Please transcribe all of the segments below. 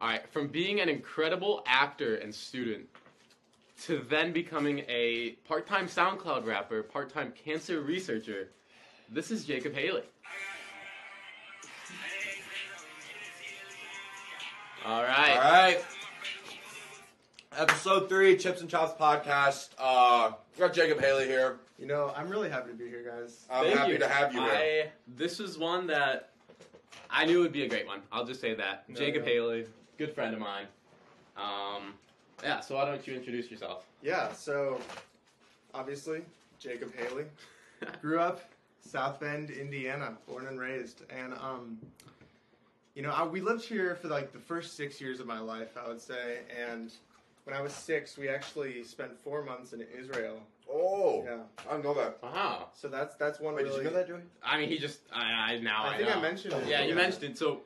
All right, from being an incredible actor and student to then becoming a part time SoundCloud rapper, part time cancer researcher, this is Jacob Haley. All right. All right. Episode three, Chips and Chops podcast. Uh, we got Jacob Haley here. You know, I'm really happy to be here, guys. I'm Thank happy to have you here. I, this is one that I knew would be a great one. I'll just say that. No, Jacob yeah. Haley, good friend of mine. Um, yeah, so why don't you introduce yourself? Yeah, so obviously, Jacob Haley. Grew up South Bend, Indiana, born and raised. And, um, you know, I, we lived here for like the first six years of my life, I would say. And when I was six, we actually spent four months in Israel. Oh, Yeah. I didn't know that. wow. So that's that's one Wait, really. did you know that, Joey? I mean, he just, I, I now Oh, I, I think I know. mentioned it. Yeah, you mentioned it. So,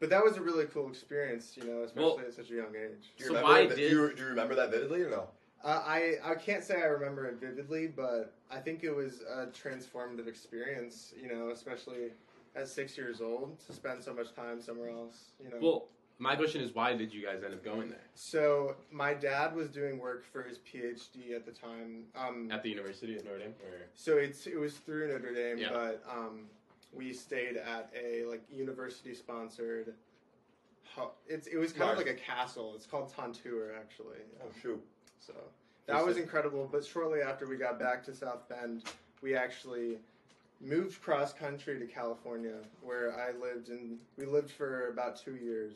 But that was a really cool experience, you know, especially Well- at such a young age. Do you So remember why that- did- do you, do you remember that vividly or no? Uh, I I can't say I remember it vividly, but I think it was a transformative experience. You know, especially at six years old to spend so much time somewhere else. You know, well, my question is, why did you guys end up going there so my dad was doing work for his PhD at the time. Um, at the University of Notre Dame? Or so it's it was through Notre Dame, Yeah. but um, we stayed at a like university sponsored. It's it was kind of Right. like a castle. It's called Tontour actually. Oh, shoot. So that was Interesting. incredible. But shortly after we got back to South Bend, we actually moved cross country to California, where I lived, and we lived for about two years.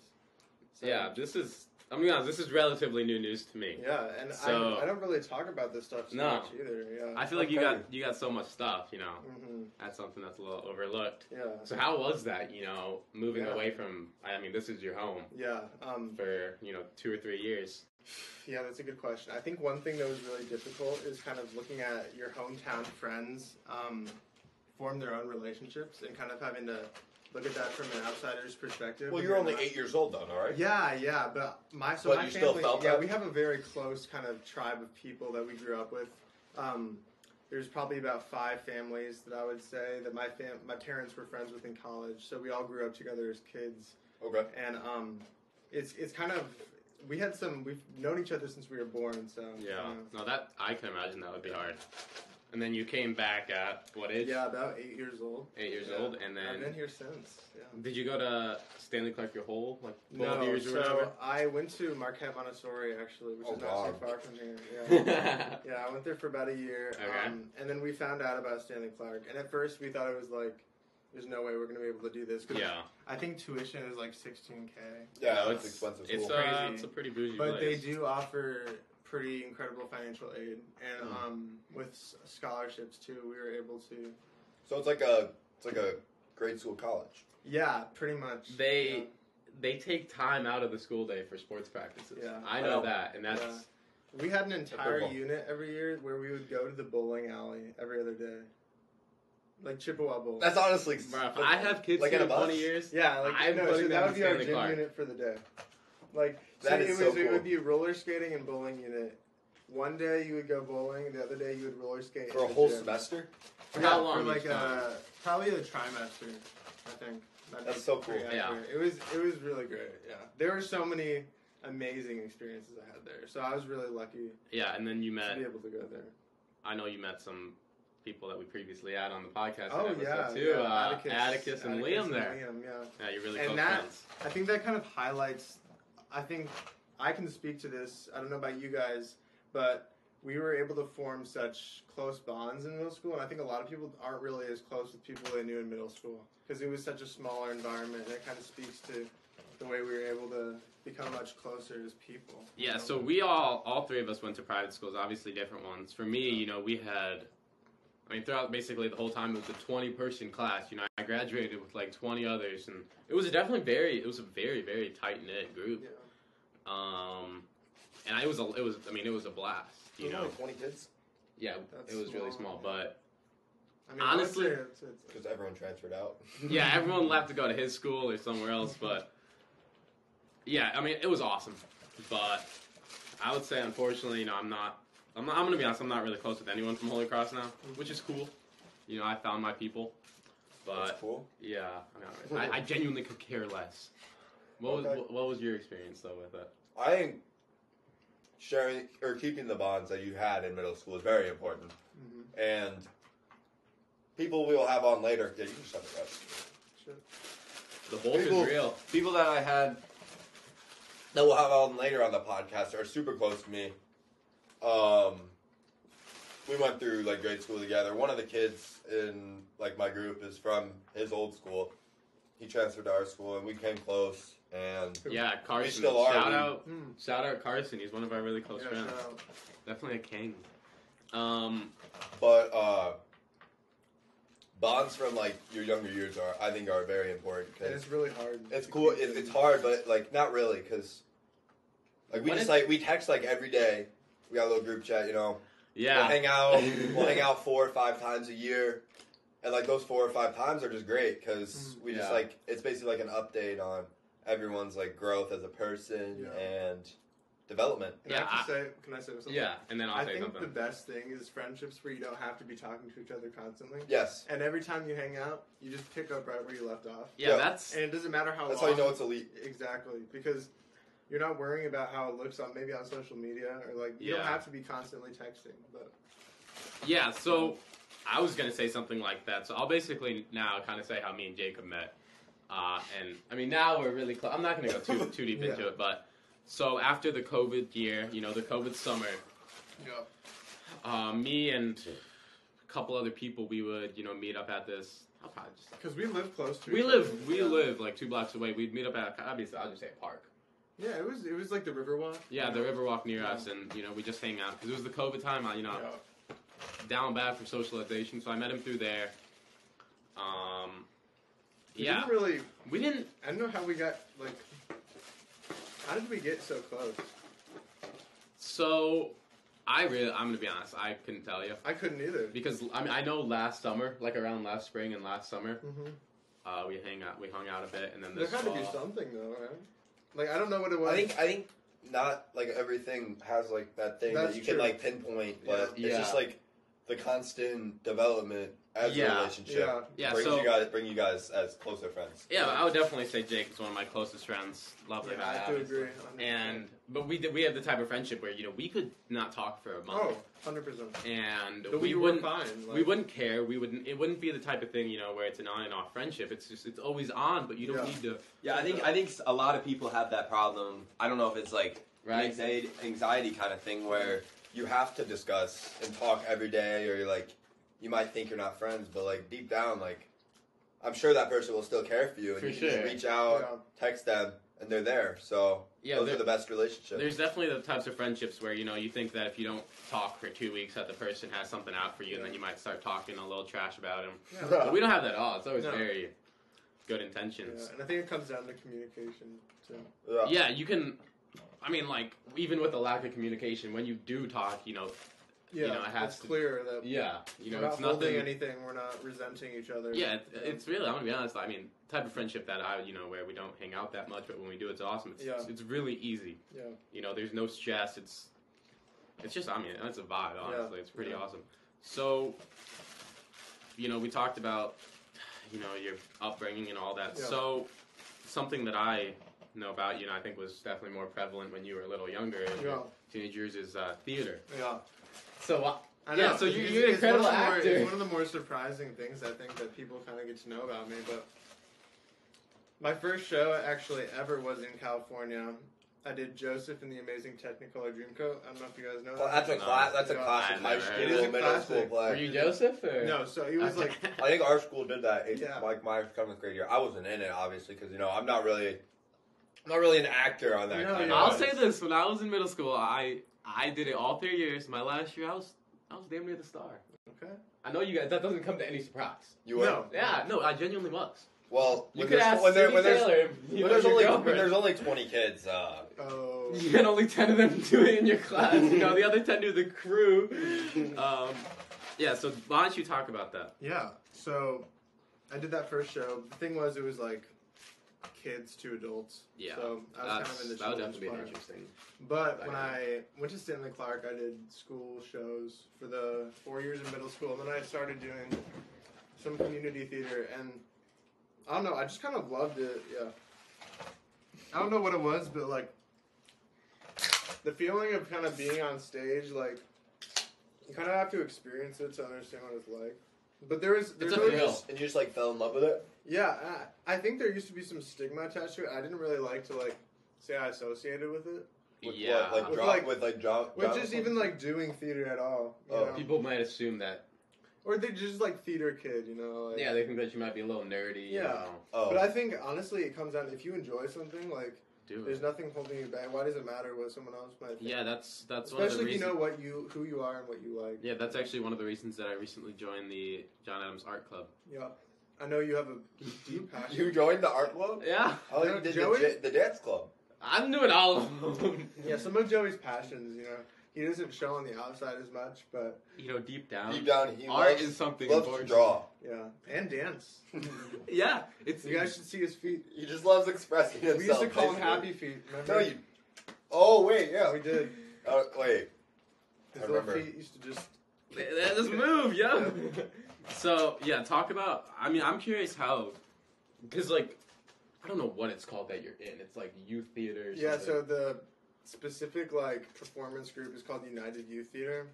So, yeah, this is. I'm gonna be honest. This is relatively new news to me. yeah, and So- I, I don't really talk about this stuff too No. much either. Yeah, I feel like you Okay. got you got so much stuff. You know, hmm that's something that's a little overlooked. yeah, So how was that? You know, moving Yeah. away from. I mean, this is your home yeah. Um, for you know two or three years. Yeah, that's a good question. I think one thing that was really difficult is kind of looking at your hometown friends um, form their own relationships and kind of having to look at that from an outsider's perspective. Well, when you're only not- eight years old, though, all right? Yeah, yeah, but my so But my you still family, felt yeah, that? we have a very close kind of tribe of people that we grew up with. Um, there's probably about five families that I would say that my fam- my parents were friends with in college, so we all grew up together as kids Okay. and um, it's it's kind of we had some we've known each other since we were born, so Yeah. uh, No, that I can imagine that would be hard. And then you came back at what age? yeah, about eight years old. Eight years Yeah. old, and I've been then here since. Yeah. did you go to Stanley Clark your whole like twelve No, years or so I went to Marquette Montessori actually, which Oh, is not God. so far from here. Yeah. whatever? Yeah, I went there for about a year, Okay. um, and then we found out about Stanley Clark. And at first, we thought it was like, "There's no way we're gonna be able to do this." 'cause yeah. I think tuition is like 16k. Yeah, No, that's expensive. It's, school. uh, a, Crazy. it's a pretty bougie But they place. do offer pretty incredible financial aid, and Hmm. um, with s- scholarships too, we were able to. so it's like a it's like a grade school college. Yeah, pretty much. They- They take time out of the school day for sports practices. Yeah. I know Wow. that, and that's Oh. Yeah. We had an entire Football. unit every year where we would go to the bowling alley every other day, like Chippewa Bowl. That's honestly. Bruh, if I have kids Like here in a in bus? twenty years. yeah, like I'm no, putting so them that in would be our Stanley gym Clark. unit for the day. Like That so is it so was it cool. would be roller skating and bowling unit. One day you would go bowling, the other day you would roller skate for at a the whole gym. semester. For Yeah, how long For each like time? uh, probably a trimester, I think. That'd That's be so cool. pretty accurate. It was it was really great. Yeah, there were so many amazing experiences I had there. So I was really lucky Yeah, and then you to met. be able to go there. I know you met some people that we previously had on the podcast. Oh episode yeah, too. yeah, Uh, Atticus, and Liam and there. Liam, yeah, Yeah, you're really And close that- friends. I think that kind of highlights. I think I can speak to this. I don't know about you guys, but. We were able to form such close bonds in middle school, and I think a lot of people aren't really as close with people they knew in middle school because it was such a smaller environment. And it kind of speaks to the way we were able to become much closer as people. you Yeah, know? so we all, all three of us went to private schools, obviously different ones. For me, you know, we had, I mean, throughout basically the whole time, it was a 20 person class. You know, I graduated with like 20 others, and it was definitely very, it was a very, very tight knit group. Yeah. Um, and I, it was, a, it was, I mean, it was a blast, you There's know? only twenty kids Yeah, That's it was really small. small, but I mean, I would Honestly- say it's- it's- because everyone transferred out. yeah, everyone left to go to his school or somewhere else, but yeah, I mean, it was awesome. But I would say, unfortunately, you know, I'm not, I'm, not, I'm gonna be honest, I'm not really close with anyone from Holy Cross now, which is cool. You know, I found my people, That's but cool. yeah, I, mean, I, I genuinely could care less. What was Okay. what, what was your experience though with it? I think sharing or keeping the bonds that you had in middle school is very important. Mhm. And people we will have on later. Yeah, you can shut it up. Sure. The Hulk People- is real. People that I had that we'll have on later on the podcast are super close to me. Um, we went through like grade school together. One of the kids in like my group is from his old school. He transferred to our school, and we came close. And Yeah, Carson. still are, Shout we- out, Mm. shout out Carson. He's one of our really close Yeah, friends. shout out. Definitely a king. Um, But uh, bonds from like your younger years are, I think, are very important And because it's really hard. it's to cool. keep It, them. it's hard, but like not really because like we What just if- like we text like every day. We got a little group chat, you know. We'll yeah, hang out. we'll hang out four or five times a year, and like those four or five times are just great because we just Yeah. like it's basically like an update on everyone's like growth as a person Yeah. and development. And Yeah, I have to say, can I say something? yeah. And then I'll I say think the something. best thing is friendships where you don't have to be talking to each other constantly. Yes, And every time you hang out, you just pick up right where you left off. yeah, yeah. that's And it doesn't matter how that's how long. you know it's elite. Exactly, because you're not worrying about how it looks on maybe on social media or like you Yeah. don't have to be constantly texting. But yeah. So I was gonna say something like that. So I'll basically now kind of say how me and Jacob met. Uh, and I mean now we're really close. I'm not gonna go too too deep Yeah. into it, but so after the COVID year, you know, the COVID summer, uh, me and a couple other people, we would you know meet up at this. I'll probably just because we live close to We each live other. we Yeah. live like two blocks away. We'd meet up at obviously I'll just say a park. Yeah, it was it was like the Riverwalk. Yeah, the Riverwalk near Yeah. us, and you know we just hang out because it was the COVID time. I you know Yeah. down bad for socialization, so I met him through there. Um, We yeah, didn't really. we didn't. I don't know how we got like. How did we get so close? So I really I'm gonna be honest. I couldn't tell you I couldn't either. because I mean I know last summer, like around last spring and last summer, hmm uh, we hang out we hung out a bit, and then There this had to be fall- something though, right? Like I don't know what it was. I think I think not like everything has like that thing that That's you true. can like pinpoint, but Yeah. it's just Yeah. like the constant development as Yeah. a relationship yeah. yeah. brings So you guys bring you guys as closer friends. yeah, I would definitely say Jake is one of my closest friends. Lovely Yeah, guy, I do obviously. agree. And but we did, we have the type of friendship where you know we could not talk for a month, oh, 100 percent. and But we we were wouldn't fine. Like, we wouldn't care. We wouldn't. It wouldn't be the type of thing you know where it's an on and off friendship. It's just it's always on, but you don't Yeah. need to. Yeah, I think I think a lot of people have that problem. I don't know if it's like an Right. anxiety, anxiety kind of thing where You have to discuss and talk every day, or you're like you might think you're not friends, but like deep down, like I'm sure that person will still care for you, and For you can sure. just reach out, text them, and they're there. So Yeah, those there- are the best relationships. There's definitely the types of friendships where you know you think that if you don't talk for two weeks that the person has something out for you, and then you might start talking a little trash about him. Yeah. yeah. But we don't have that at all. It's always No. very good Yeah, intentions. and I think it comes down to communication too. Yeah. yeah, you can. I mean, like even with the lack of communication, when you do talk, you know, Yeah, know, it has it's to- clear that yeah, you know, we're it's not holding nothing. anything. We're not resenting each other. Yeah, it, it's really. I'm gonna be honest. I mean, type of friendship that I, you know, where we don't hang out that much, but when we do, it's awesome. It's, Yeah. it's really easy. yeah. You know, there's no stress. It's, it's just. I mean, it's a vibe. Honestly, it's pretty Yeah. awesome. So, you know, we talked about, you know, your upbringing and all that. Yeah. So, something that I know about you, and I think was definitely more prevalent when you were a little younger, in Yeah, your teenagers, is uh, theater. yeah. So, uh, I Yeah, know. so you- It's- you're an it's one of the incredible more- actor. It's one of the more surprising things I think that people kind of get to know about me. But my first show actually ever was in California. I did Joseph in the Amazing Technicolor Dreamcoat. I don't know if you guys know Well, that. that's a No. class. That's a Yeah. classic I high never school, heard of it. It is a middle school classic. play. were you Joseph? Or? no, so he was like I think our school did that. It, Yeah. Like my seventh grade year, I wasn't in it obviously because you know I'm not really, I'm not really an actor on that. No, kind of yeah. I'll thing. say this: when I was in middle school, I I did it all three years. My last year, I was I was damn near the star. okay. I know you guys. That doesn't come to any surprise. you were. No. Yeah, no, I genuinely was. Well, You when could there's- ask when, there- Cindy when there's, Taylor. when there's only when there's only twenty kids. Uh, Oh, you had only ten of them do it in your class. You know, the other ten do the crew. Um, yeah. So why don't you talk about that? Yeah. So I did that first show. The thing was, it was like kids to adults. Yeah. So I was kind of in the that would children's definitely be an choir. interesting. But back when then. I went to Stanley Clark, I did school shows for the four years in middle school, and then I started doing some community theater, and I don't know, I just kind of loved it. Yeah. I don't know what it was, but like the feeling of kind of being on stage, like you kind of have to experience it to understand what it's like. But there is there's a And really you feel. just- and you just like fell in love with it. yeah, I, I think there used to be some stigma attached to it. I didn't really like to like say I associated with it, With yeah. what, like With, drop, like- with like drop, which drop- is even like doing theater at all, you Oh. know? People might assume that. or they're just like theater kid, you know? Like, Yeah, they think that you might be a little nerdy. You Yeah. know, Oh, But I think honestly, it comes down if you enjoy something, like do there's it. nothing holding you back. Why does it matter what someone else might? Think? Mm. Yeah, that's that's one of the especially if you reasons. know what you who you are and what you like. yeah, that's actually one of the reasons that I recently joined the John Adams Art Club. Yeah, I know you have a deep passion. you joined the art club. Yeah, Oh, No, you did the, Joey? j- the dance club. I'm doing all of them. yeah, some of Joey's passions, you know, he doesn't show on the outside as much, but you know, deep down, Deep down, he art loves, is something loves to important. draw. yeah, and dance. Yeah, it's You guys should see his feet. He just loves expressing himself. We used to call him basically. Happy Feet. Remember? No, you. Oh wait, yeah. We did. Uh, wait. His I little remember. feet used to just. Let us move, yo. so yeah, talk about. I mean, I'm curious how, because like, I don't know what it's called that you're in. It's like youth theater. Or Yeah, so something. the specific like performance group is called United Youth Theater.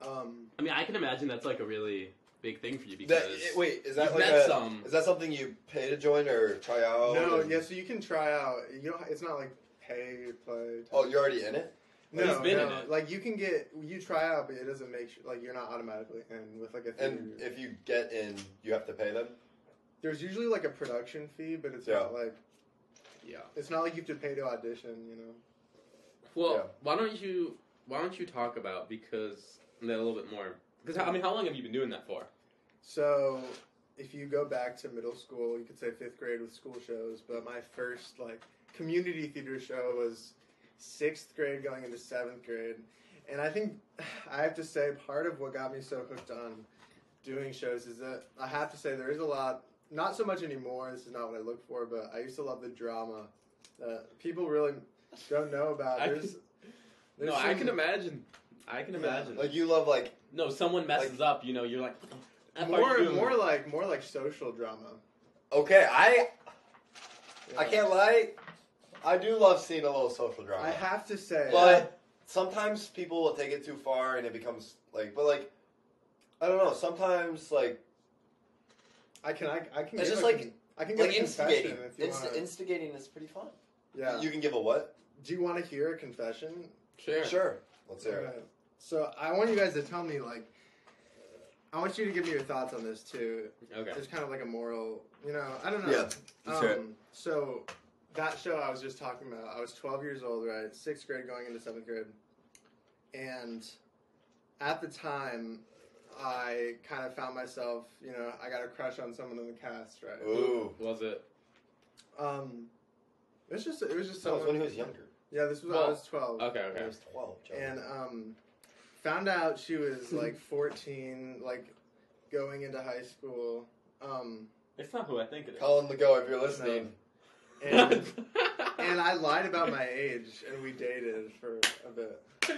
Um, I mean, I can imagine that's like a really big thing for you because That, it- wait, is that you've like met a, some. is that something you pay to join or try out? no, and- yeah, so you can try out. You don't. It's not like pay play. Oh, you're already in it. But he's No, been in no. it. Like you can get you try out, but it doesn't make sure like you're not automatically in with like a theater. And group. if you get in, you have to pay them. There's usually like a production fee, but it's Yeah. not like yeah. it's not like you have to pay to audition. You know. Well, Yeah. why don't you why don't you talk about because a little bit more because I mean, how long have you been doing that for? So if you go back to middle school, you could say fifth grade with school shows. But my first like community theater show was sixth grade going into seventh grade, and I think I have to say part of what got me so hooked on doing shows is that I have to say there is a lot. Not so much anymore. This is not what I look for, but I used to love the drama that people really don't know Uh, about. I There's, can- there's no, I some- can imagine. I can Yeah, imagine. Like you love like no, someone messes up. You know, you're like what the f are more, you doing? more like more like social drama. okay, I I Yeah. can't lie, I do love seeing a little social drama. I have to say, But sometimes people will take it too far and it becomes like, but like, I don't know. Sometimes like I can. I, I can. It's give just a like- con- I can give like a confession instigating. if you Inst- want. instigating is pretty fun. yeah. You can give a what? Do you want to hear a confession? sure. Sure. Let's hear it. Alright. So I want you guys to tell me like. I want you to give me your thoughts on this too. Okay. It's kind of like a moral, you know. I don't know. Yeah, let's hear it. Um, so that show I was just talking about. I was 12 years old, right? Sixth grade going into seventh grade, and at the time, I kind of found myself, you know, I got a crush on someone in the cast, right? Ooh. Was it? Um, it was just it was just That was someone- when he was younger. Yeah, this was Well, I was twelve, Okay. When he Okay. was twelve. Joey. and um, found out she was like fourteen, like going into high school. Um, It's not who I think it is. Colin Legault, if you're listening, and and I lied about my age, and we dated for a bit.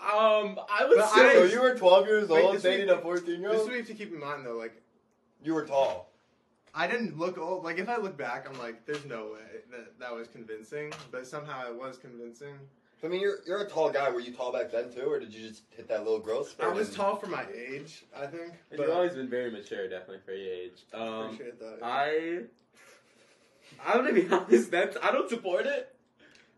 um, I would But say. I- so you were 12 years Wait, old this dating week- a 14 year This is old. what you have to keep in mind though. Like You were tall. I didn't look old. Like if I look back, I'm like, there's no way that that was convincing. But somehow it was convincing. I mean, you're you're a tall guy. Were you tall back then too, or did you just hit that little growth spurt? I was and- tall for my age, I think. You've But always been very mature, definitely for your age. Um, appreciate that. I. I'm gonna be honest. That I don't support it.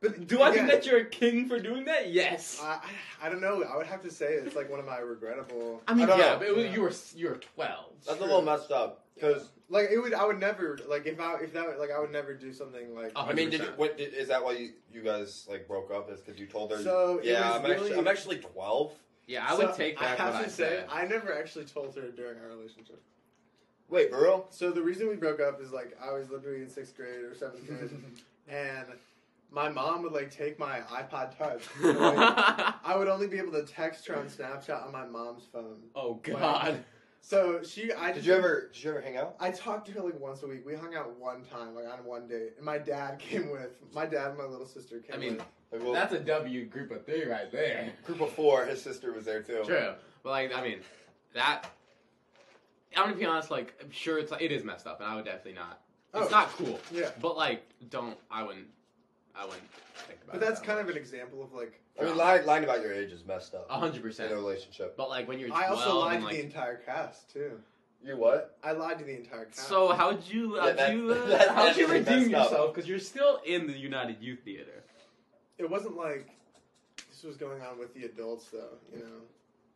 but Do I think again, that you're a king for doing that? Yes. I, I I don't know. I would have to say it's like one of my regrettable. I mean, I don't yeah, know. but it was, Yeah. you were you were twelve. That's Sure. a little messed up. Because Like it would. I would never like if I if that like I would never do something like. Oh, I mean, did you, 100%. what did, is that why you, you guys like broke up? Is because you told her? So, it yeah, was I'm, actually, really- I'm actually 12. Yeah, I would So, take back I have what to I say, said. I never actually told her during our relationship. Wait, for real? So the reason we broke up is like I was literally in sixth grade or seventh grade, and my mom would like take my iPod Touch. So, like, I would only be able to text her on Snapchat on my mom's phone. oh God. So she, I Did just- you ever? Did you ever hang out? I talked to her like once a week. We hung out one time, like on one date, and my dad came with my dad and my little sister came. I mean, with. Like, well, That's a W group of three right there. group of four. His sister was there too. True, but like I mean, that. I'm gonna be honest. Like, I'm sure it's it is messed up, and I would definitely not. It's Oh. not cool. yeah. But like, don't I wouldn't I wouldn't think about But it that's that kind of much. an example of like I mean, lying, lying about your age is messed up a hundred in a percent. relationship. But like when you're 12 I also lied and, to like, the entire cast too. You what? I lied to the entire cast. So how'd you Yeah, how'd that- you uh, that- how'd you that's redeem messed up. yourself? Because you're still in the United Youth Theater. it wasn't like this was going on with the adults though, you know.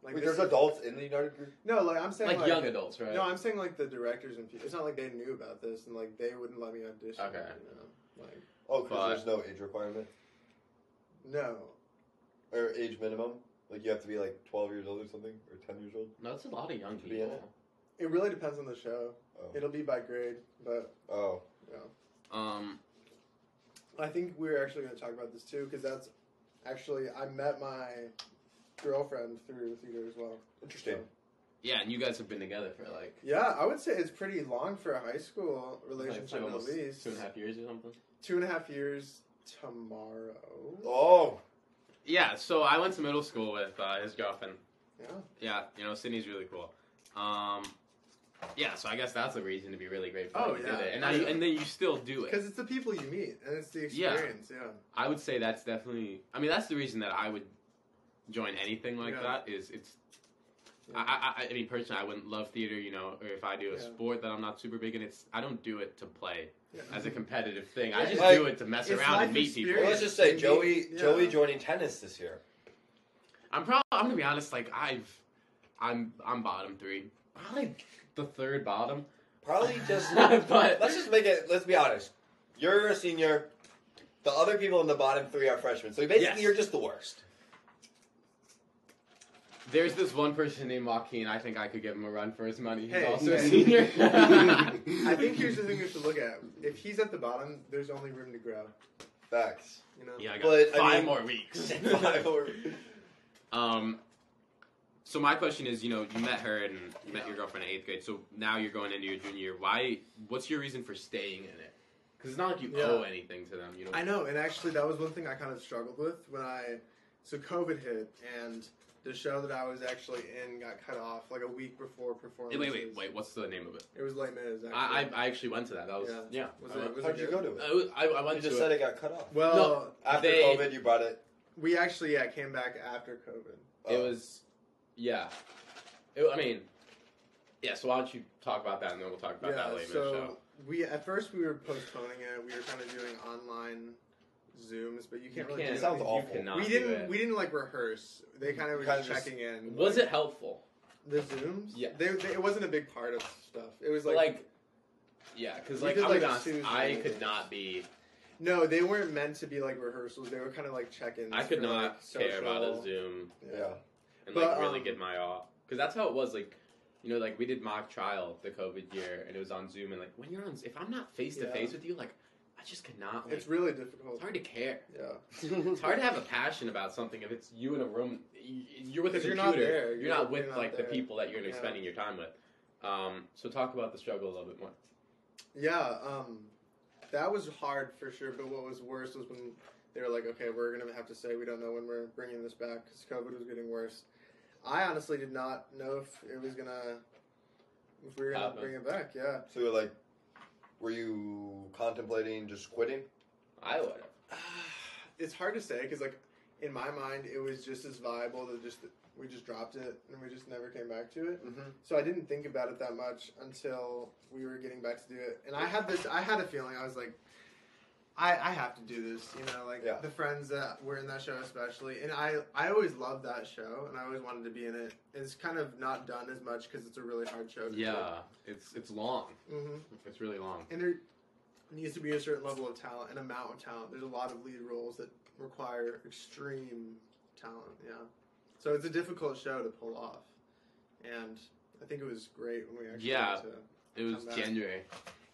Like Wait, this there's is- adults in the United Group? No, like I'm saying Like, like, young adults, right? No, I'm saying like the directors and people. It's not like they knew about this and like they wouldn't let me audition. Okay. You know? Like Oh, because But- there's no age requirement no, or age minimum. Like you have to be like 12 years old or something, or 10 years old. no, it's a lot of young To be in people. it really depends on the show. Oh, It'll be by grade, but oh. Um, I think we're actually going to talk about this too because that's actually I met my girlfriend through theater as well. interesting. yeah, and you guys have been together for like Yeah, I would say it's pretty long for a high school like, relationship like at almost least. two and a half years or something. Two and a half years tomorrow. Oh, Yeah, so I went to middle school with uh, his girlfriend. Yeah. Yeah, you know Sydney's really cool. Um, yeah, so I guess that's a reason to be really grateful. Oh, that you yeah. did it, and now you, and then you still do it. Because it's the people you meet and it's the Yeah. experience. Yeah. I would say that's definitely. I mean, that's the reason that I would join anything like Yeah. that. Is it's. Yeah. I I, I, I mean, personally, I wouldn't love theater, you know, or if I do a Yeah. sport that I'm not super big in, it's I don't do it to play Yeah. as a competitive thing. I Yeah, just like, do it to mess it's around life and meet well, people. experience. let's just say Maybe- Joey. yeah. Joey joining tennis this year. I'm probably. I'm gonna be honest. Like I've, I'm I'm bottom three, probably the third bottom. Probably just. But- let's just make it. Let's be honest. You're a senior. The other people in the bottom three are freshmen. So basically, Yes. you're just the worst. There's this one person named Joaquin. I think I could give him a run for his money. He's Hey, also a hey. senior. I think here's the thing we should look at. If he's at the bottom, there's only room to grow. Facts. You know. Yeah, I got But, I five mean- more weeks. Five or- Um, so my question is, you know, you met her and you met your girlfriend in eighth grade. So now you're going into your junior year. Why? What's your reason for staying in it? Because it's not like you Yeah. owe anything to them. You know. I know, and actually, that was one thing I kind of struggled with when I. So COVID hit, and the show that I was actually in got cut off like a week before performance. Hey, wait, wait, wait. What's the name of it? It was late Mis. Actually. I, I I actually went to that. That was Yeah. yeah. was I went- it, was it How'd you good? go to it? I, I, I You went just to said it. it got cut off. Well, No. After They- COVID, you brought it. we actually yeah came back after COVID. It oh. was, yeah. It, I mean, yeah. So why don't you talk about that and then we'll talk about that later in the show. so we at first we were postponing it. We were kind of doing online zooms, but you can't You really. can't- do It sounds anything. awful. You cannot We do didn't. it. We didn't like rehearse. They kind of were Kinda just just- checking in. was it helpful? the zooms? Yeah. they, they, it wasn't a big part of stuff. It was Like, like, yeah, because We like did, I'm gonna be like, honest, Tuesday I and- could not be. no, they weren't meant to be like rehearsals. They were kind of like check-ins. I could for, not like, care about a social- Zoom Yeah. and But, like really um, get my all because that's how it was like you know like we did mock trial the covid year and it was on zoom and like when you're on if i'm not face to face with you like i just could not like, It's it's, really difficult. hard to care Yeah. it's hard to have a passion about something if it's you in a room y- you're with a 'Cause you're computer not there. You're You're- not with you're not like there. the people that you're gonna be Yeah. spending your time with um, so talk about the struggle a little bit more Yeah, um, that was hard for sure. But what was worse was when they were like, "Okay, we're gonna have to say we don't know when we're bringing this back because COVID was getting worse." I honestly did not know if it was gonna if we were gonna Happen. bring it back. Yeah, So you're like, were you contemplating just quitting? i would it's hard to say because like in my mind it was just as viable to just we just dropped it and we just never came back to it. Mm-hmm. So I didn't think about it that much until we were getting back to do it. And I had this I had a feeling I was like I, I have to do this, you know, like Yeah. the friends that were in that show especially. And I I always loved that show and I always wanted to be in it. It's kind of not done as much cuz it's a really hard show to yeah it's it's long do. Mhm. it's really long And there needs to be a certain level of talent, an amount of talent. There's a lot of lead roles that require extreme talent. Yeah, so it's a difficult show to pull off, and I think it was great when we actually. Yeah. got to- it was Come back. january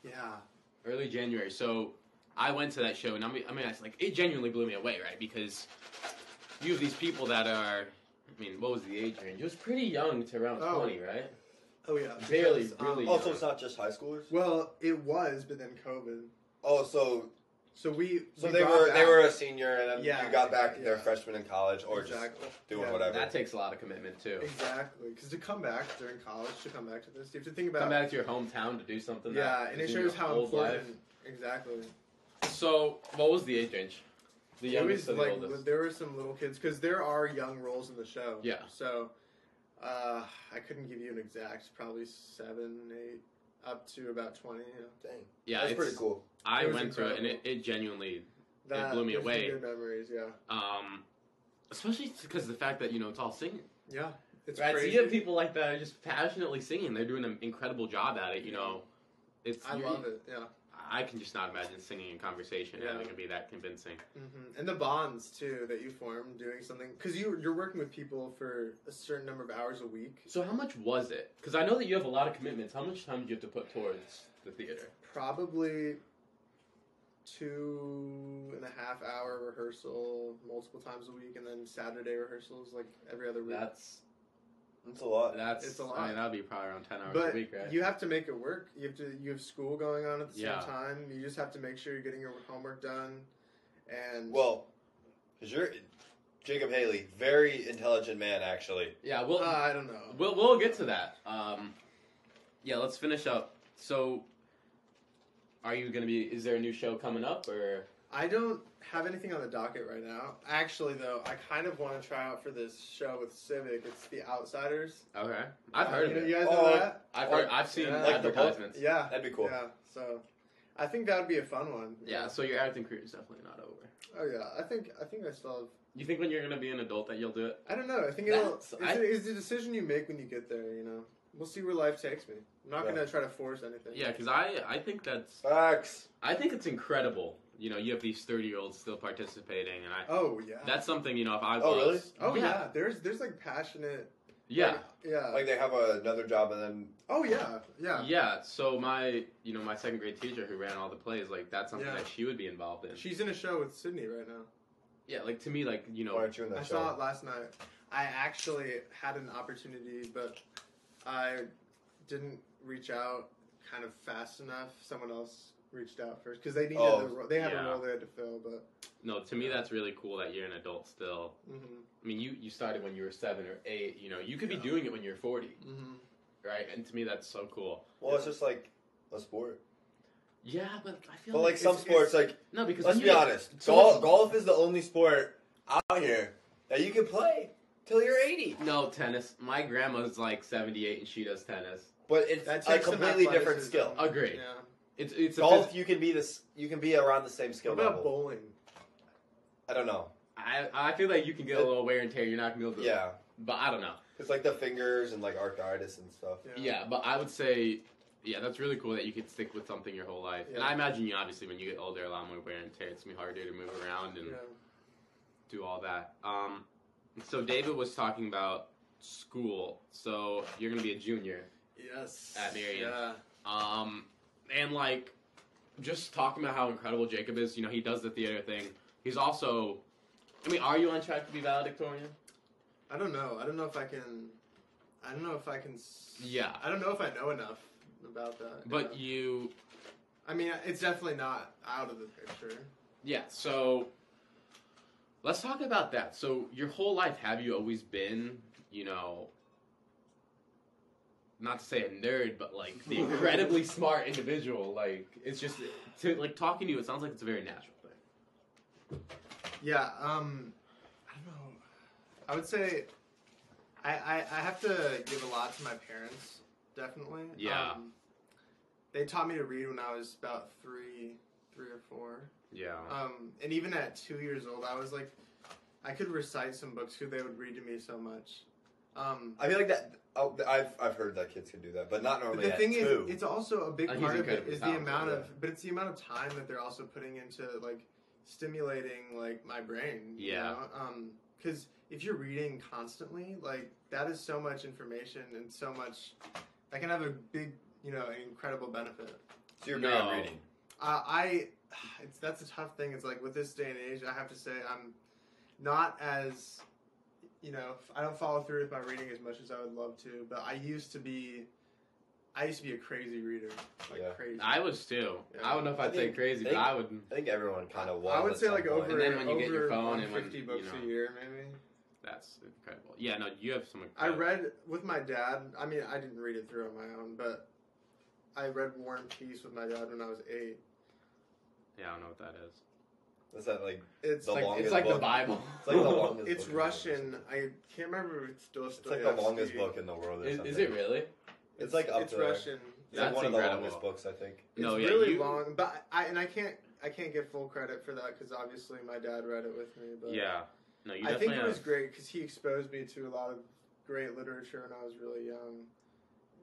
yeah. early January. So I went to that show, and I mean, I mean, it's like it genuinely blew me away, right? Because you have these people that are, I mean, what was the age range? It was pretty young to around Oh. twenty, right? Oh yeah. Barely, because, um, really. Oh, so it's not just high schoolers. well, it was, but then COVID. Oh, so So we. so we they brought were they back- were a senior, and then Yeah. you got back their Yeah. freshman in college, or exactly. just doing Yeah. whatever. That takes a lot of commitment too. Exactly, because to come back during college, to come back to this, you have to think about. Come back to your hometown to do something. yeah, that and it is in your shows how whole important. Exactly. life. So, what was the age range? The It youngest was to the like oldest. there were some little kids because there are young roles in the show. Yeah. So uh, I couldn't give you an exact, probably seven, eight, up to about twenty. You know. Dang, yeah, that's it's, pretty cool. I It was went through it, and it, incredible. it genuinely, That blew me gives you away. Good memories. Yeah. um, especially because of the fact that you know it's all singing. Yeah. It's right, crazy. so you have people like that are just passionately singing. They're doing an incredible job at it. You know, it's I you're- love it. Yeah. I can just not imagine singing in conversation Yeah. and it can be that convincing. hmm And the bonds too that you form doing something because you you're working with people for a certain number of hours a week. So how much was it? Because I know that you have a lot of commitments. How much time do you have to put towards the theater? Probably two and a half hour rehearsal multiple times a week, and then Saturday rehearsals like every other week. That's That's a lot. that's It's it's a lot. I mean, that'd be probably around ten hours but a week, right? you have to make it work. You have to. You have school going on at the Yeah. same time. You just have to make sure you're getting your homework done. And Well, because you're Jacob Haley, very intelligent man, actually. yeah, we'll, uh, I don't know. we'll we'll get to that. Um, yeah, let's finish up. So, are you gonna be? Is there a new show coming up or? I don't have anything on the docket right now. Actually, though, I kind of want to try out for this show with Civic. It's The Outsiders. Okay, I've heard you of know, You it. guys Oh, know that? I've heard. Like- I've seen Yeah. Like the book? advertisements. Yeah. That'd be cool. Yeah. So, I think that would be a fun one. yeah. So your acting career is definitely not over. Oh yeah. I think I think I still. Have, You think when you're gonna be an adult that you'll do it? I don't know. I think it'll. That's- It's, I- a, it's a decision you make when you get there. You know. We'll see where life takes me. I'm not Yeah. gonna try to force anything. Yeah, because I I think that's Facts. I think it's incredible. You know, you have these thirty year olds still participating, and I Oh yeah. that's something you know if I Oh, really? was Oh yeah. yeah There's there's like passionate. yeah like, yeah. Like they have another job and then oh yeah. Yeah. Yeah, so my you know my second grade teacher who ran all the plays like that's something Yeah. that she would be involved in. She's in a show with Sydney right now. yeah, like to me like you why know aren't you in that I show? saw it last night. I actually had an opportunity, but I didn't reach out kind of fast enough. Someone else reached out first because they needed Oh, a ro- they had yeah. a role they had to fill. But no to me that's really cool that you're an adult still. mm-hmm, I mean you you started when you were seven or eight. You know you could Yeah. be doing it when you're forty, mm-hmm. right? And to me that's so cool. Well, it's just like a sport. Yeah, but I feel But like it's- some it's- sports, like no because let's when be you're- honest, so golf, it's- golf is the only sport out here that you can play till you're 80. No tennis. My grandma's like seventy eight and she does tennis. But it's That a takes some completely different athleticism. skill. Agreed. Yeah. It's it's a Golf, you can be this, you can be around the same skill What about level. bowling? I don't know. I, I feel like you can get a little wear and tear. You're not gonna be able to. Yeah, But I don't know. it's like the fingers and like arthritis and stuff. Yeah. but I would say, yeah, that's really cool that you could stick with something your whole life. And Yeah. I imagine you obviously when you get older, a lot more wear and tear. It's gonna be harder to move around and Yeah. do all that. Um, so David was talking about school. So you're gonna be a junior. Yes. At Marion. Yeah. Um, and like, just talking about how incredible Jacob is. You know, he does the theater thing. He's also, I mean, are you on track to be valedictorian? I don't know. I don't know if I can. I don't know if I can. s- Yeah. I don't know if I know enough about that. But Yeah. you I mean, it's definitely not out of the picture. Yeah, so let's talk about that. So your whole life have you always been, you know, not to say a nerd, but like the incredibly smart individual. Like it's just to like talking to you, it sounds like it's a very natural thing. Yeah, um, I don't know. I would say I, I, I have to give a lot to my parents, definitely. Yeah. Um, they taught me to read when I was about three, three or four. Yeah. Um, and even at two years old, I was like, I could recite some books because they would read to me so much. Um, I feel like that. Oh, I've I've heard that kids can do that, but not but normally. the at thing two. is, it's also a big Uh, he's part of it incredibly is the talented, amount yeah. of, but it's the amount of time that they're also putting into like stimulating like my brain. you Yeah. know? Um, because if you're reading constantly, like that is so much information and so much that can have a big, you know, incredible benefit. so you're great at No. reading. Uh, I, it's that's a tough thing. It's like with this day and age, I have to say I'm not as, you know, I don't follow through with my reading as much as I would love to. But I used to be, I used to be a crazy reader, like Yeah. crazy. Um, I was too. Yeah. I don't know if I I'd say think- crazy, they- but I would. I think everyone kind of. I would say like over And then when you get your over phone and when, 150 you books know. a year maybe. That's incredible. Yeah, no, you have some. I read with my dad. I mean, I didn't read it through on my own, but I read War and Peace with my dad when I was eight. Yeah, I don't know what that is. Is that like It's The like long- It's Longest like the book. Bible. it's like the longest? it's book in the Russian. world. I can't remember if it's It's like the Dostoevsky. longest book in the world. Or Is, something. is it really? It's like up it's there. Russian. It's like That's one of the incredible. longest books, I think. It's No, yeah, really you- long, but I and I can't I can't get full credit for that because obviously my dad read it with me. But Yeah. No, you I definitely think it have- was great because he exposed me to a lot of great literature when I was really young.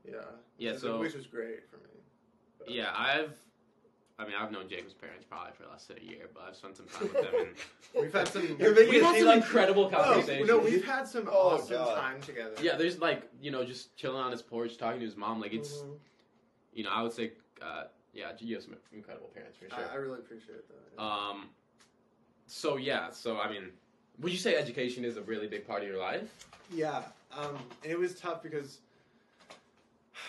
Yeah, Yeah, Which- so which was great for me. yeah, I've I mean I've known Jacob's parents probably for less than a year, but I've spent some time with them and We've had some- You're But making we've it had seem some like incredible No, conversations. no, we've had some Oh, awesome God. time together. yeah, there's like, you know, just chilling on his porch talking to his mom. Like it's Mm-hmm. Mhm. you know, I would say uh yeah, you have some incredible parents for sure. I, I really appreciate that. Uh, yeah. Um so yeah, so I mean would you say education is a really big part of your life? Yeah, um, and it was tough because,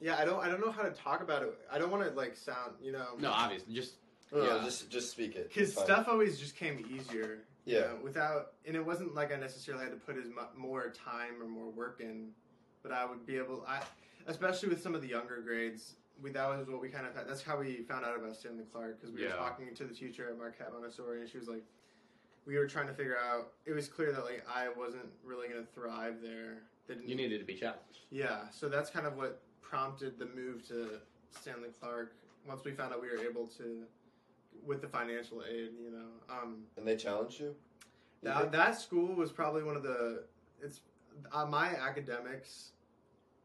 yeah, I don't, I don't know how to talk about it. I don't want to like sound, you know, No, obviously. Just No, no, Yeah. just just speak it. because It's fine. stuff always just came easier. you Yeah. know, without, and it wasn't like I necessarily had to put as mu- more time or more work in, but I would be able, I, especially with some of the younger grades. We, that was what we kind of had. That's how we found out about Stanley Clark because we Yeah. were talking to the teacher at Marquette Montessori, and she was like, "We were trying to figure out." It was clear that like I wasn't really going to thrive there. That you needed to be challenged. yeah, so that's kind of what prompted the move to Stanley Clark. Once we found out we were able to, with the financial aid, you know, um, and they challenge you. You that think- that school was probably one of the. It's uh, my academics.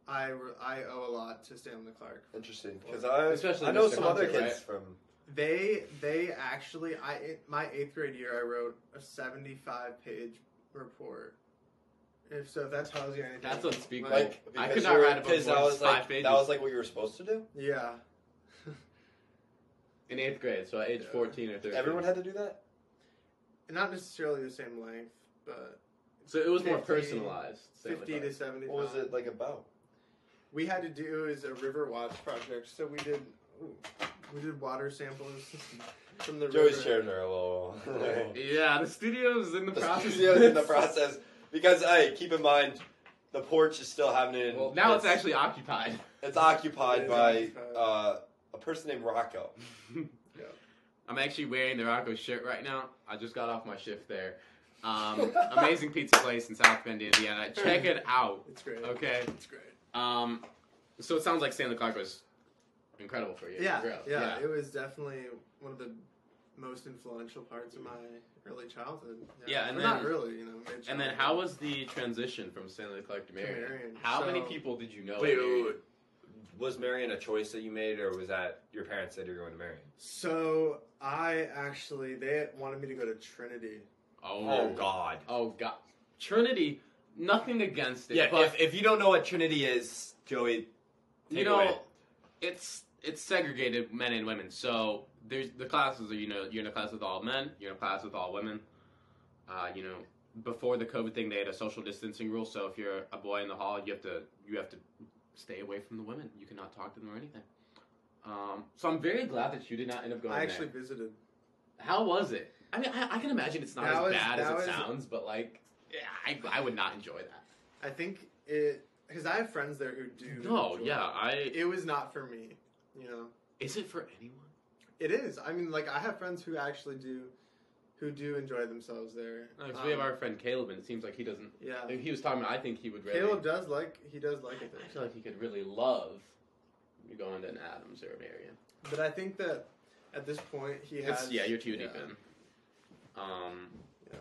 I re- I owe a lot to Stanley Clark. Interesting, because I Especially I know Mr. some other Hunter, kids from They they actually I in my eighth grade year I wrote a seventy five page report. If so, if that tells you anything, That's unspeakable. Like, like I could because not you were- write a book because more that than was like five pages. that was like what you were supposed to do. yeah. In eighth grade, so at age Yeah. fourteen or thirteen. Everyone had to do that. Not necessarily the same length, but so it was more 50, personalized. Stanley 50 Clark. to 75. What was it like about? We had to do is a river watch project. So we did ooh, we did water samples from the Joey's river. chairs are a little. Yeah, the studio's in the, the process. studio's in the process because hey, keep in mind the porch is still happening. Well, now it's, actually occupied. it's occupied It is by occupied. uh, a person named Rocco. I'm actually wearing the Rocco shirt right now. I just got off my shift there. Um, amazing pizza place in South Bend, Indiana. Check it out. It's great. Okay. It's great. Um, so it sounds like Stanley Clark was incredible for you. to Yeah, grow. yeah, It was definitely one of the most influential parts of my early childhood. Yeah, and Well, then- not really, you know. mid-childhood. And then how was the transition from Stanley Clark to Marion? Marion. How many So- people did you know? Wait, at Marion? wait, wait. Was Marion a choice that you made, or was that your parents said you were going to Marion? So I actually they wanted me to go to Trinity. Oh, God. God. Oh God. Trinity, nothing against it, Yeah, but if, if you don't know what Trinity is, Joey, you take know, away. it's it's segregated men and women. So there's the classes are you know you're in a class with all men, you're in a class with all women. Uh, you know, before the COVID thing, they had a social distancing rule. So if you're a boy in the hall, you have to you have to stay away from the women. You cannot talk to them or anything. Um, so I'm very glad that you did not end up going. I there. actually visited. how was it? I mean, I, I can imagine it's not That as was- bad as that it was- sounds, but like, yeah, I I would not enjoy that. I think it because I have friends there who do. No, enjoy yeah, it. I. It was not for me, you know. Is it for anyone? It is. I mean, like I have friends who actually do, who do enjoy themselves there. No, 'cause Um, we have our friend Caleb, and it seems like he doesn't. yeah. He was talking. about- I think he would really. Caleb does like he does like it I there, feel like he could really love going to an Adams or a Marion. but I think that at this point he has. It's, yeah, you're too deep yeah, in. Um. Yeah.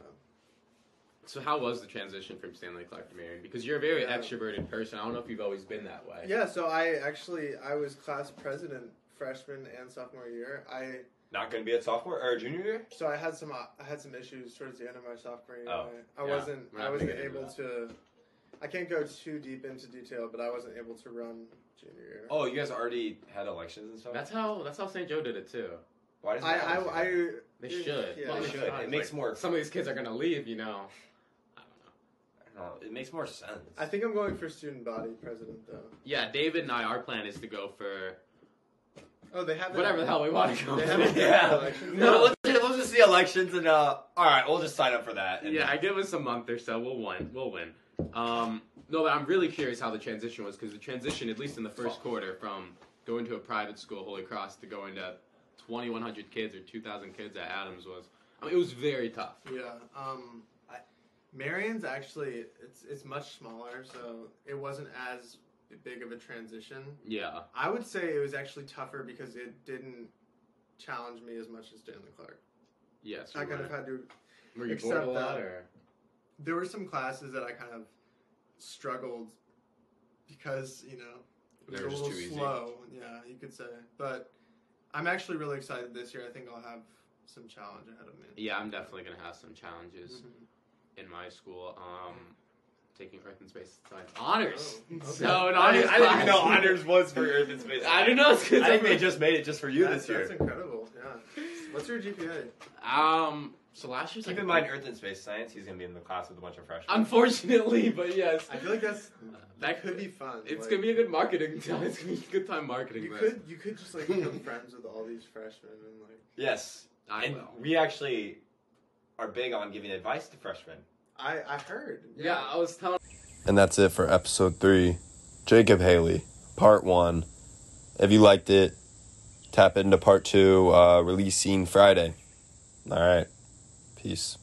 So how was the transition from Stanley Clark to Marion? Because you're a very Yeah. extroverted person. I don't know if you've always been that way. Yeah. So I actually I was class president freshman and sophomore year. I Not going to be a sophomore or a junior year? so I had some uh, I had some issues towards the end of my sophomore year. Oh, I, I yeah. wasn't We're not I wasn't gonna get into able to. I can't go too deep into detail, but I wasn't able to run junior year. Oh, you guys already had elections and stuff? That's how. That's how St. Joe did it too. Why does it I, happen? I, I They should. Yeah. Well, They it's should. fine. It makes Like, more. Some of these kids are gonna leave. You know. I don't know. No, it makes more sense. I think I'm going for student body president though. Yeah, David and I. Our plan is to go for Oh, they have whatever the hell we want to go. They for. haven't Yeah. done elections yet. No, let's, let's just see elections and uh, all right, we'll just sign up for that. And Yeah, I give us a month or so. We'll win. We'll win. Um, no, but I'm really curious how the transition was because the transition, at least in the first quarter, from going to a private school, Holy Cross, to going to 2,100 kids or 2,000 kids at Adams was. I mean, it was very tough. Yeah. Um, I, Marion's actually it's it's much smaller, so it wasn't as big of a transition. Yeah, I would say it was actually tougher because it didn't challenge me as much as Stanley Clark. yes. I we kind were- of had to. Were you bored Except a lot, that- or There were some classes that I kind of struggled because you know it was They were a just little too easy. slow. Yeah, you could say. But I'm actually really excited this year. I think I'll have some challenge ahead of me. yeah, I'm definitely gonna have some challenges Mhm. in my school. Um, taking Earth and Space Science honors. Oh, okay. So an I honors didn't, I didn't class. even know honors was for Earth and Space. I don't know. It's 'cause I think I'm- they just made it just for you that's, this year. That's incredible. Yeah. What's your GPA? Um, so last year's Keep like in mind, Earth and Space Science. He's gonna be in the class with a bunch of freshmen. Unfortunately, but yes, I feel like that's that that could be fun. It's like, gonna be a good marketing time. It's gonna be a good time marketing. You this. could you could just like become friends with all these freshmen and like yes, I and will. we actually are big on giving advice to freshmen. I I heard Yeah, I was telling. And that's it for episode three. Jacob Haley, part one. If you liked it, tap into part two, uh, releasing Friday. All right. Peace.